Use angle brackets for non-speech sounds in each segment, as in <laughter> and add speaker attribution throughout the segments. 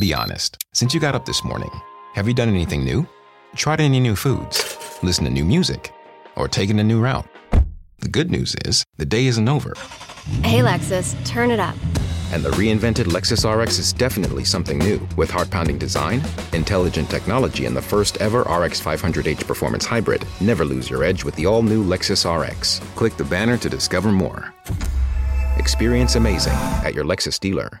Speaker 1: Be honest. Since you got up this morning, have you done anything new? Tried any new foods? Listened to new music? Or taken a new route? The good news is, the day isn't over,
Speaker 2: Hey, Lexus, turn it up.
Speaker 1: and the reinvented Lexus RX is definitely something new with heart pounding design, intelligent technology, and the first ever RX 500h performance hybrid. Never lose your edge with the all new Lexus RX. Click the banner to discover more. Experience amazing at your Lexus dealer.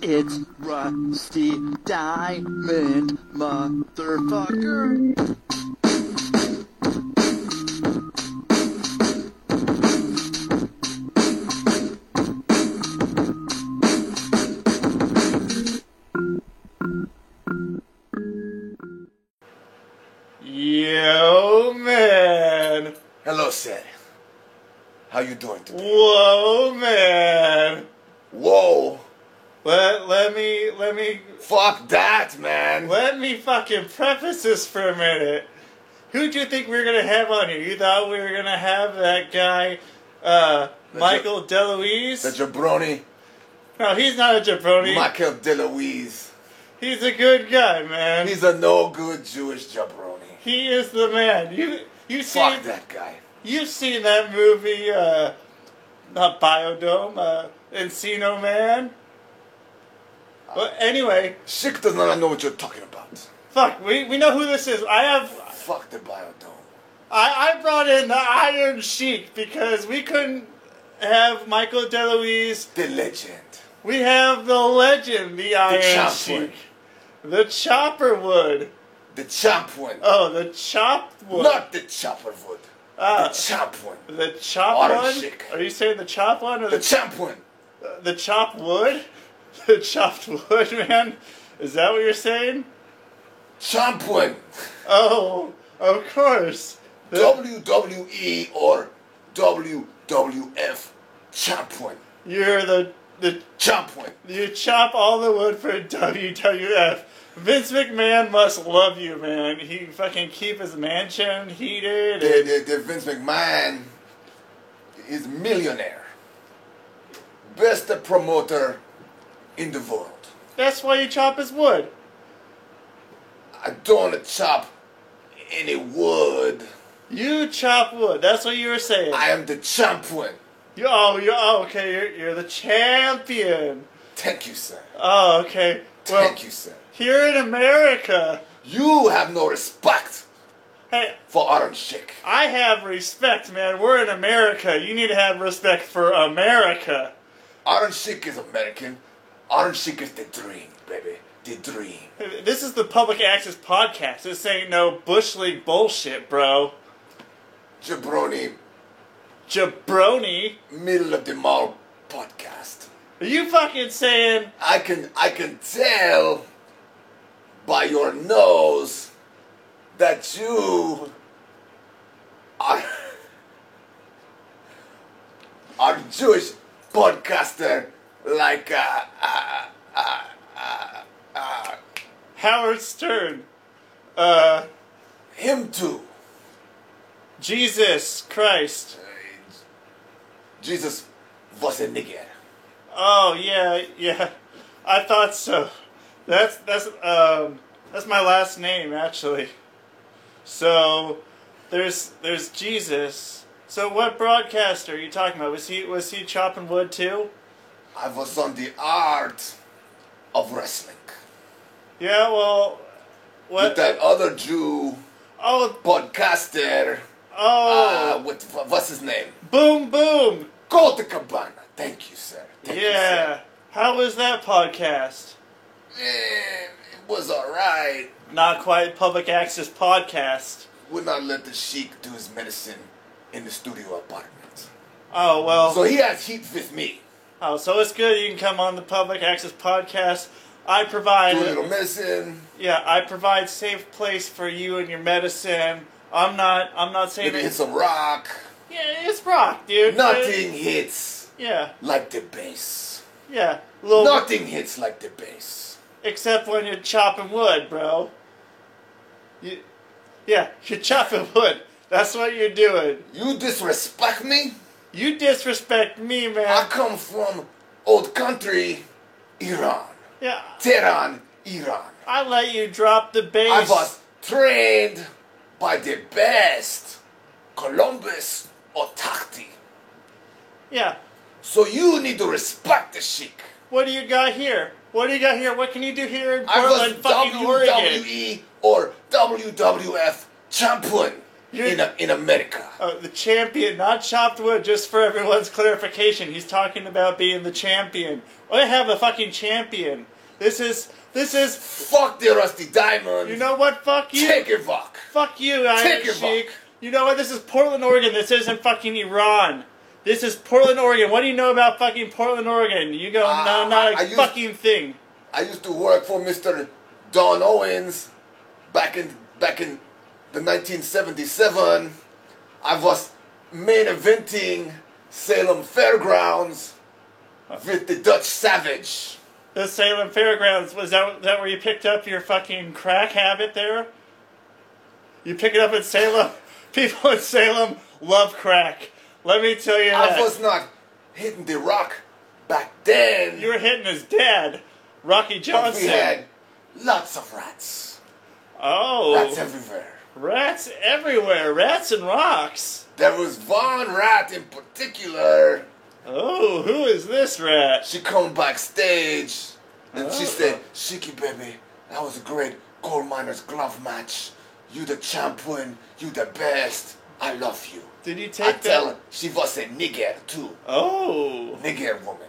Speaker 3: It's Rusty Diamond, motherfucker.
Speaker 4: Yo, man.
Speaker 5: Hello, Seth. How you doing today?
Speaker 4: Whoa, man.
Speaker 5: Whoa!
Speaker 4: Let let me let me
Speaker 5: Fuck that, man!
Speaker 4: let me fucking preface this for a minute. Who'd you think we were gonna have on here? You thought we were gonna have that guy, uh, Michael
Speaker 5: The
Speaker 4: DeLuise?
Speaker 5: jabroni,
Speaker 4: no, he's not a jabroni.
Speaker 5: Michael DeLuise.
Speaker 4: He's a good guy, man.
Speaker 5: He's a no good Jewish jabroni.
Speaker 4: he is the man. You you seen
Speaker 5: Fuck that guy.
Speaker 4: you've seen that movie? Uh, not Biodome, uh, Encino Man. Well, anyway,
Speaker 5: Shik does not know what you're talking about.
Speaker 4: Fuck, we, we know who this is. I have
Speaker 5: Fuck the biodome.
Speaker 4: I, I brought in the Iron Sheik because we couldn't have Michael DeLuise.
Speaker 5: The legend.
Speaker 4: We have the legend, the Iron
Speaker 5: Chop
Speaker 4: Sheik.
Speaker 5: Wood.
Speaker 4: The Chopper Wood.
Speaker 5: The chop one.
Speaker 4: Oh, the Chop Wood.
Speaker 5: Not the chopper wood. the chop one.
Speaker 4: The Chop
Speaker 5: Iron
Speaker 4: one?
Speaker 5: Sheik.
Speaker 4: Are you saying the Chop one or the
Speaker 5: The chop one.
Speaker 4: the Chop Wood? <laughs> The Chopped Wood, man? Is that what you're saying?
Speaker 5: Chop one.
Speaker 4: Oh, of course. The-
Speaker 5: WWE E or WWF. Chop one.
Speaker 4: you're the the
Speaker 5: Chop one.
Speaker 4: You chop all the wood for <laughs> WWF. Vince McMahon must love you, man. He fucking keep his mansion heated.
Speaker 5: the,
Speaker 4: and-
Speaker 5: the, the Vince McMahon is millionaire, best promoter in the world.
Speaker 4: That's why you chop his wood.
Speaker 5: I don't chop any wood.
Speaker 4: You chop wood. That's what you were saying.
Speaker 5: I am the champion.
Speaker 4: You, oh, you, oh, okay. You're, you're the champion.
Speaker 5: Thank you, sir.
Speaker 4: Oh, okay. Well,
Speaker 5: Thank you, sir.
Speaker 4: here in America,
Speaker 5: You have no respect
Speaker 4: hey,
Speaker 5: for Aaron Sheik.
Speaker 4: I have respect, man. We're in America. You need to have respect for America.
Speaker 5: Aaron Sheik is American. Aaron Sheik is the dream, baby. The dream.
Speaker 4: This is the public access podcast. This ain't no bush league bullshit, bro.
Speaker 5: Jabroni,
Speaker 4: jabroni.
Speaker 5: middle of the mall podcast.
Speaker 4: Are you fucking saying
Speaker 5: I can I can tell by your nose that you are <laughs> are Jewish podcaster like uh, uh,
Speaker 4: Howard Stern, uh,
Speaker 5: him too.
Speaker 4: Jesus Christ?
Speaker 5: Jesus was a nigger.
Speaker 4: Oh yeah, yeah. I thought so. That's that's um that's my last name actually. So there's there's Jesus. So what broadcaster are you talking about? Was he was he chopping wood too?
Speaker 5: I was on the art of wrestling
Speaker 4: Yeah. Well,
Speaker 5: with
Speaker 4: what?
Speaker 5: that other Jew
Speaker 4: Oh
Speaker 5: podcaster.
Speaker 4: oh!
Speaker 5: Uh, what what's his name?
Speaker 4: boom boom!
Speaker 5: Colt Cabana. Thank you, sir. Thank you, sir.
Speaker 4: Yeah. How was that podcast?
Speaker 5: Man, it was alright.
Speaker 4: Not quite public access podcast.
Speaker 5: Would not let the Sheik do his medicine in the studio apartment.
Speaker 4: Oh well.
Speaker 5: So he has heat with me.
Speaker 4: Oh, so it's good you can come on the public access podcast. I
Speaker 5: Do
Speaker 4: provide
Speaker 5: a little medicine.
Speaker 4: Yeah, I provide safe place for you and your medicine. I'm not. I'm not saying
Speaker 5: Maybe hit
Speaker 4: it's.
Speaker 5: some rock.
Speaker 4: Yeah, it's rock, dude. Uh,
Speaker 5: Nothing hits
Speaker 4: Yeah,
Speaker 5: like the bass.
Speaker 4: yeah. Little,
Speaker 5: Nothing hits like the bass.
Speaker 4: except when you're chopping wood, bro. You, yeah, you're chopping wood. That's what you're doing.
Speaker 5: You disrespect me?
Speaker 4: You disrespect me,
Speaker 5: I
Speaker 4: man.
Speaker 5: come from old country, Iran.
Speaker 4: Yeah,
Speaker 5: Tehran, Iran.
Speaker 4: I let you drop the
Speaker 5: I
Speaker 4: bass.
Speaker 5: was trained by the best, Columbus or Takti.
Speaker 4: Yeah.
Speaker 5: So you need to respect the sheik.
Speaker 4: What do you got here? What do you got here? What can you do here in
Speaker 5: I was
Speaker 4: Portland, fucking
Speaker 5: E.
Speaker 4: Oregon?
Speaker 5: WWE or WWF champion
Speaker 4: You're-
Speaker 5: in, in America.
Speaker 4: Uh, the champion, not chopped wood, just for everyone's clarification. He's talking about being the champion. I have a fucking champion. This is, this is,
Speaker 5: Fuck the Rusty Diamond.
Speaker 4: you know what? Fuck you.
Speaker 5: Take it back.
Speaker 4: Fuck you, Iron
Speaker 5: Take your
Speaker 4: Sheik.
Speaker 5: buck.
Speaker 4: You know what? This is Portland, Oregon. This isn't fucking Iran. This is Portland, Oregon. What do you know about fucking Portland, Oregon? You go,
Speaker 5: Ah,
Speaker 4: no, not a
Speaker 5: I used-
Speaker 4: fucking thing.
Speaker 5: I used to work for Mr. Don Owens back in back in the 1977. I was main eventing Salem Fairgrounds with the Dutch Savage.
Speaker 4: The Salem Fairgrounds was that that where you picked up your fucking crack habit there? You pick it up in Salem. <laughs> People in Salem love crack. Let me tell you that.
Speaker 5: I was not hitting the rock back then.
Speaker 4: you were hitting his dad, Rocky
Speaker 5: but
Speaker 4: Johnson.
Speaker 5: we had lots of rats.
Speaker 4: oh,
Speaker 5: Rats everywhere.
Speaker 4: rats everywhere, rats and rocks.
Speaker 5: There was one rat in particular.
Speaker 4: Oh, who is this rat?
Speaker 5: She come backstage and she
Speaker 4: Oh.
Speaker 5: said, Shiki baby, that was a great coal miner's glove match. You the champion, you the best. I love you.
Speaker 4: Did you
Speaker 5: I
Speaker 4: take
Speaker 5: tell
Speaker 4: that?
Speaker 5: her she was a nigger too.
Speaker 4: Oh,
Speaker 5: Nigger woman.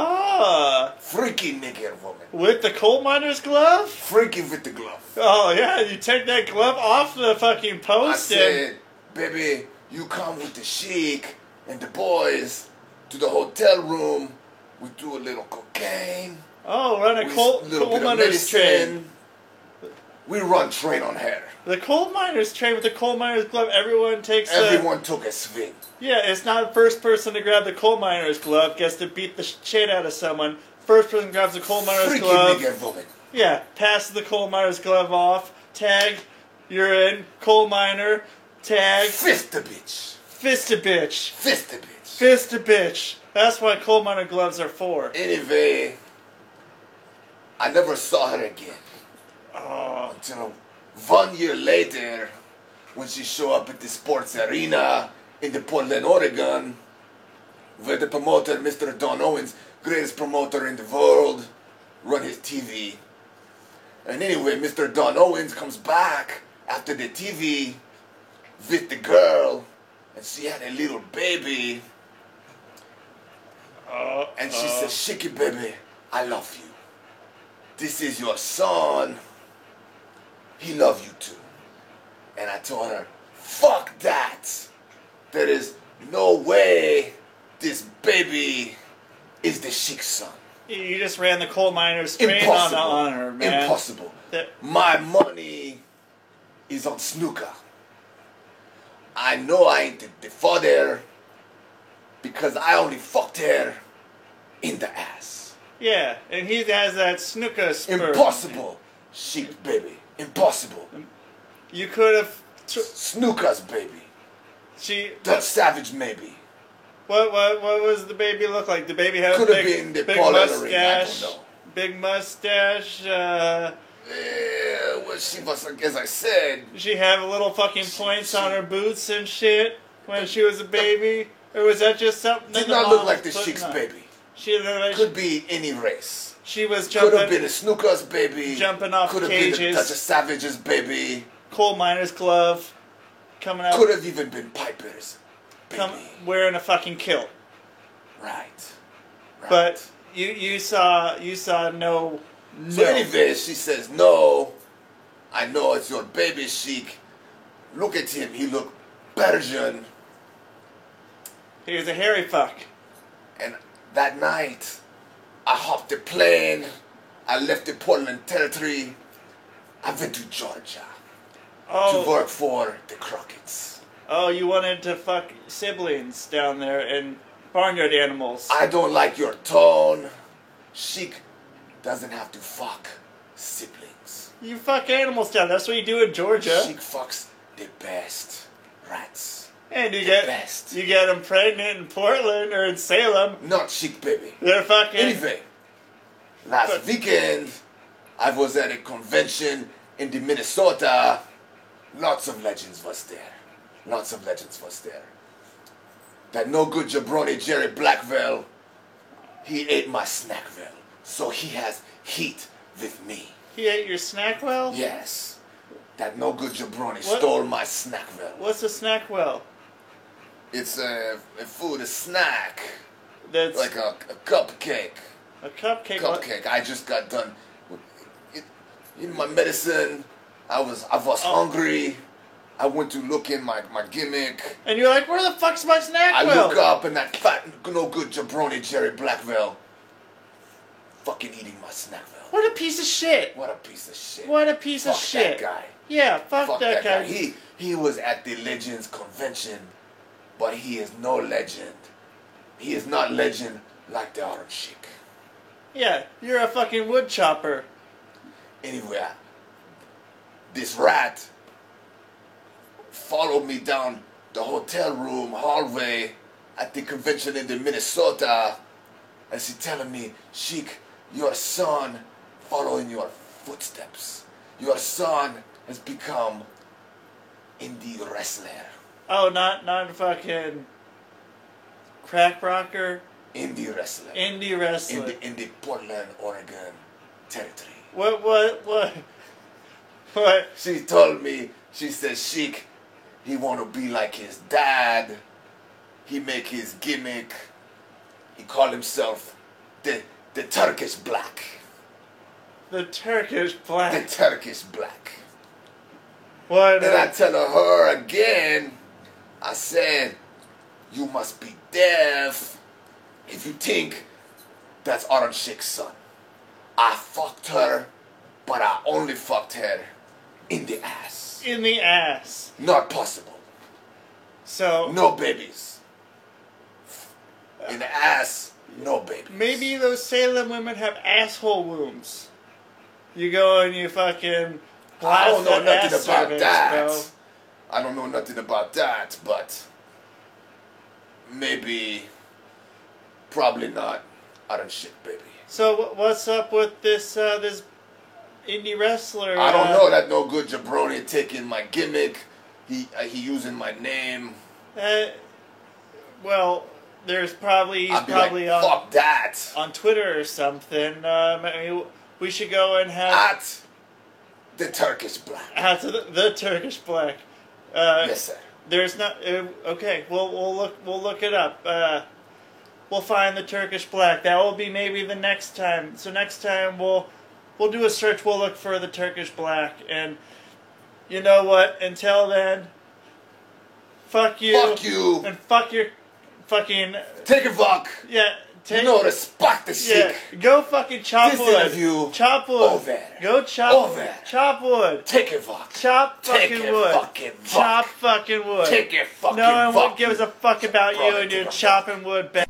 Speaker 4: ah,
Speaker 5: Freaky nigger woman.
Speaker 4: with the coal miner's glove.
Speaker 5: Freaky with the glove.
Speaker 4: Oh yeah, you take that glove off the fucking
Speaker 5: I
Speaker 4: post and.
Speaker 5: said, baby, you come with the sheik and the boys to the hotel room. We do a little cocaine.
Speaker 4: Oh, run a
Speaker 5: we
Speaker 4: coal,
Speaker 5: s-
Speaker 4: coal miners train.
Speaker 5: We run train on her.
Speaker 4: The coal miners train with the coal miners glove. Everyone takes. the-
Speaker 5: Everyone took a swing.
Speaker 4: yeah, it's not first person to grab the coal miners glove gets to beat the shit out of someone. First person grabs the coal miners
Speaker 5: Freaking
Speaker 4: glove.
Speaker 5: nigger woman.
Speaker 4: Yeah, passes the coal miners glove off. Tag, you're in. Coal miner. Tag,
Speaker 5: Fist the bitch.
Speaker 4: fist a bitch.
Speaker 5: Fist the bitch.
Speaker 4: Fist a bitch. That's what coal miner gloves are for.
Speaker 5: Anyway, I never saw her again. Until one year later, when she showed up at the sports arena in the Portland, Oregon, where the promoter, Mr. Don Owens, greatest promoter in the world, run his TV. And anyway, Mr. Don Owens comes back after the TV with the girl, and she had a little baby. And she
Speaker 4: Uh.
Speaker 5: said, Shiki baby, I love you. This is your son. He love you too. And I told her, fuck that. There is no way this baby is the sheik's son.
Speaker 4: You just ran the coal miners train on,
Speaker 5: Impossible.
Speaker 4: on her, man.
Speaker 5: Impossible.
Speaker 4: That-
Speaker 5: My money is on snooker. I know I ain't the, the father because I only fucked her in the ass.
Speaker 4: Yeah, and he has that snooker spur.
Speaker 5: Impossible, sheep baby. Impossible.
Speaker 4: You could have. Tr-
Speaker 5: Snookers, baby.
Speaker 4: she.
Speaker 5: Dutch Savage, maybe.
Speaker 4: What what what was the baby look like? The baby had a
Speaker 5: Could have
Speaker 4: big,
Speaker 5: been the
Speaker 4: big
Speaker 5: Paul Ellering, I don't
Speaker 4: mustache.
Speaker 5: know.
Speaker 4: Big mustache. Uh,
Speaker 5: Yeah, well, she was, like, as I said,
Speaker 4: she had little fucking points on her boots and shit when she was a baby. Or was that just something? that
Speaker 5: did
Speaker 4: the
Speaker 5: not
Speaker 4: mom
Speaker 5: look like the
Speaker 4: was putting
Speaker 5: sheik's
Speaker 4: on?
Speaker 5: baby.
Speaker 4: She looked like
Speaker 5: Could be any race.
Speaker 4: she was
Speaker 5: Could have
Speaker 4: jumping
Speaker 5: been a Snooker's baby.
Speaker 4: Jumping off
Speaker 5: Could have been a
Speaker 4: cages.
Speaker 5: Dutch Savage's baby.
Speaker 4: coal miner's glove, coming out,
Speaker 5: Could have even been Piper's baby.
Speaker 4: come, wearing a fucking kilt.
Speaker 5: Right.
Speaker 4: But you you saw you saw no no.
Speaker 5: So anyway, she says, "No, I know it's your baby chic. Look at him. He look Persian."
Speaker 4: He was a hairy fuck.
Speaker 5: And that night, I hopped the plane. I left the Portland territory. I went to Georgia to
Speaker 4: Oh
Speaker 5: work for the Crockett's.
Speaker 4: oh, you wanted to fuck siblings down there and barnyard animals.
Speaker 5: I don't like your tone. Sheik doesn't have to fuck siblings.
Speaker 4: you fuck animals down. That's what you do in Georgia.
Speaker 5: Sheik fucks the best rats.
Speaker 4: and you
Speaker 5: the
Speaker 4: get
Speaker 5: best.
Speaker 4: you get them pregnant in Portland or in Salem.
Speaker 5: Not Sheik, baby.
Speaker 4: They're fucking.
Speaker 5: Anyway, last weekend I was at a convention in the Minnesota. Lots of legends was there. Lots of legends was there. That no good jabroni Jerry Blackwell, he ate my snack well, so he has heat with me.
Speaker 4: He ate your snack well.
Speaker 5: Yes, that no good jabroni
Speaker 4: What?
Speaker 5: stole my snack well.
Speaker 4: What's a snack well?
Speaker 5: It's a, a food, a snack,
Speaker 4: That's
Speaker 5: like a, a cupcake.
Speaker 4: a cupcake.
Speaker 5: cupcake. I just got done with- it- in my medicine. I was I was
Speaker 4: Oh.
Speaker 5: hungry. I went to look in my, my gimmick.
Speaker 4: And you're like, where the fuck's my snack
Speaker 5: I
Speaker 4: well?
Speaker 5: look up and that fat no good jabroni Jerry Blackwell fucking eating my snack well.
Speaker 4: What a piece of shit.
Speaker 5: What a piece of shit.
Speaker 4: What a piece of
Speaker 5: Fuck that
Speaker 4: shit.
Speaker 5: guy.
Speaker 4: Yeah, fuck,
Speaker 5: Fuck
Speaker 4: that, guy.
Speaker 5: He he was at the Legends convention, but he is no legend. He is not legend like the Orange Chick.
Speaker 4: Yeah, you're a fucking wood chopper.
Speaker 5: anywhere. This rat followed me down the hotel room hallway at the convention in the Minnesota, and she telling me, Sheik, your son following your footsteps. Your son has become indie wrestler,
Speaker 4: Oh, not not fucking crack rocker,
Speaker 5: indie wrestler
Speaker 4: indie
Speaker 5: in
Speaker 4: wrestler.
Speaker 5: the in the Portland, Oregon territory.
Speaker 4: What what what? What?
Speaker 5: She told me, she said, Sheik, he want to be like his dad. He make his gimmick. He call himself the the Turkish Black.
Speaker 4: The Turkish
Speaker 5: The
Speaker 4: black.
Speaker 5: Turkish Black.
Speaker 4: What?
Speaker 5: Then I
Speaker 4: a-
Speaker 5: tell her again, I said, you must be deaf if you think that's Autumn Sheik's son. I fucked her, but I only fucked her in the ass.
Speaker 4: In the ass.
Speaker 5: Not possible.
Speaker 4: So
Speaker 5: no babies. In the ass, no babies.
Speaker 4: maybe those Salem women have asshole wombs. You go and you fucking blast
Speaker 5: I don't know
Speaker 4: that
Speaker 5: nothing
Speaker 4: ass
Speaker 5: about
Speaker 4: cervix,
Speaker 5: that.
Speaker 4: bro.
Speaker 5: I don't know nothing about that, but maybe, probably not. I don't shit, baby.
Speaker 4: So wh- what's up with this uh, this indie wrestler?
Speaker 5: I don't
Speaker 4: uh,
Speaker 5: know that no good jabroni taking my gimmick. He uh, he using my name.
Speaker 4: Uh, well, there's probably he's
Speaker 5: I'd be
Speaker 4: probably uh,
Speaker 5: like,
Speaker 4: on,
Speaker 5: fuck that.
Speaker 4: on Twitter or something. Um, I mean, we should go and have
Speaker 5: At the Turkish black.
Speaker 4: have the, the Turkish black. Uh,
Speaker 5: Yes, sir.
Speaker 4: There's not. Uh, okay, we'll we'll look we'll look it up. Uh, we'll find the Turkish black. That will be maybe the next time. So next time we'll we'll do a search. We'll look for the Turkish black. And you know what? Until then, fuck you.
Speaker 5: Fuck you.
Speaker 4: And fuck your fucking
Speaker 5: Take a fuck.
Speaker 4: yeah. Take,
Speaker 5: You know the spot the
Speaker 4: yeah.
Speaker 5: shit.
Speaker 4: Go fucking chop
Speaker 5: This
Speaker 4: wood.
Speaker 5: interview
Speaker 4: chop wood.
Speaker 5: over.
Speaker 4: Go chop
Speaker 5: Over.
Speaker 4: Chop wood.
Speaker 5: Take a fuck.
Speaker 4: Chop
Speaker 5: Take
Speaker 4: fucking
Speaker 5: a
Speaker 4: wood.
Speaker 5: fucking fuck.
Speaker 4: Chop fucking wood.
Speaker 5: Take your fucking
Speaker 4: No one
Speaker 5: fuck.
Speaker 4: gives a fuck about you
Speaker 5: Brother,
Speaker 4: and
Speaker 5: take
Speaker 4: your
Speaker 5: a fuck.
Speaker 4: chopping wood back.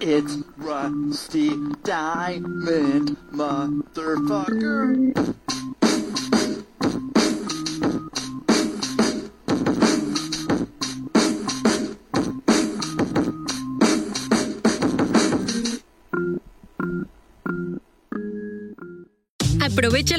Speaker 3: It's Rusty Diamond, motherfucker.
Speaker 6: Aprovecha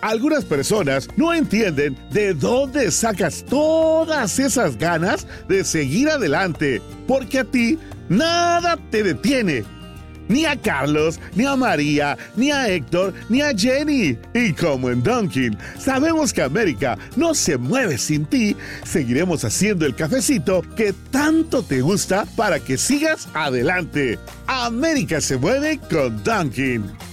Speaker 7: Algunas personas no entienden de dónde sacas todas esas ganas de seguir adelante, porque a ti nada te detiene. Ni a Carlos, ni a María, ni a Héctor, ni a Jenny. Y como en Dunkin', sabemos que América no se mueve sin ti, seguiremos haciendo el cafecito que tanto te gusta para que sigas adelante. América se mueve con Dunkin'.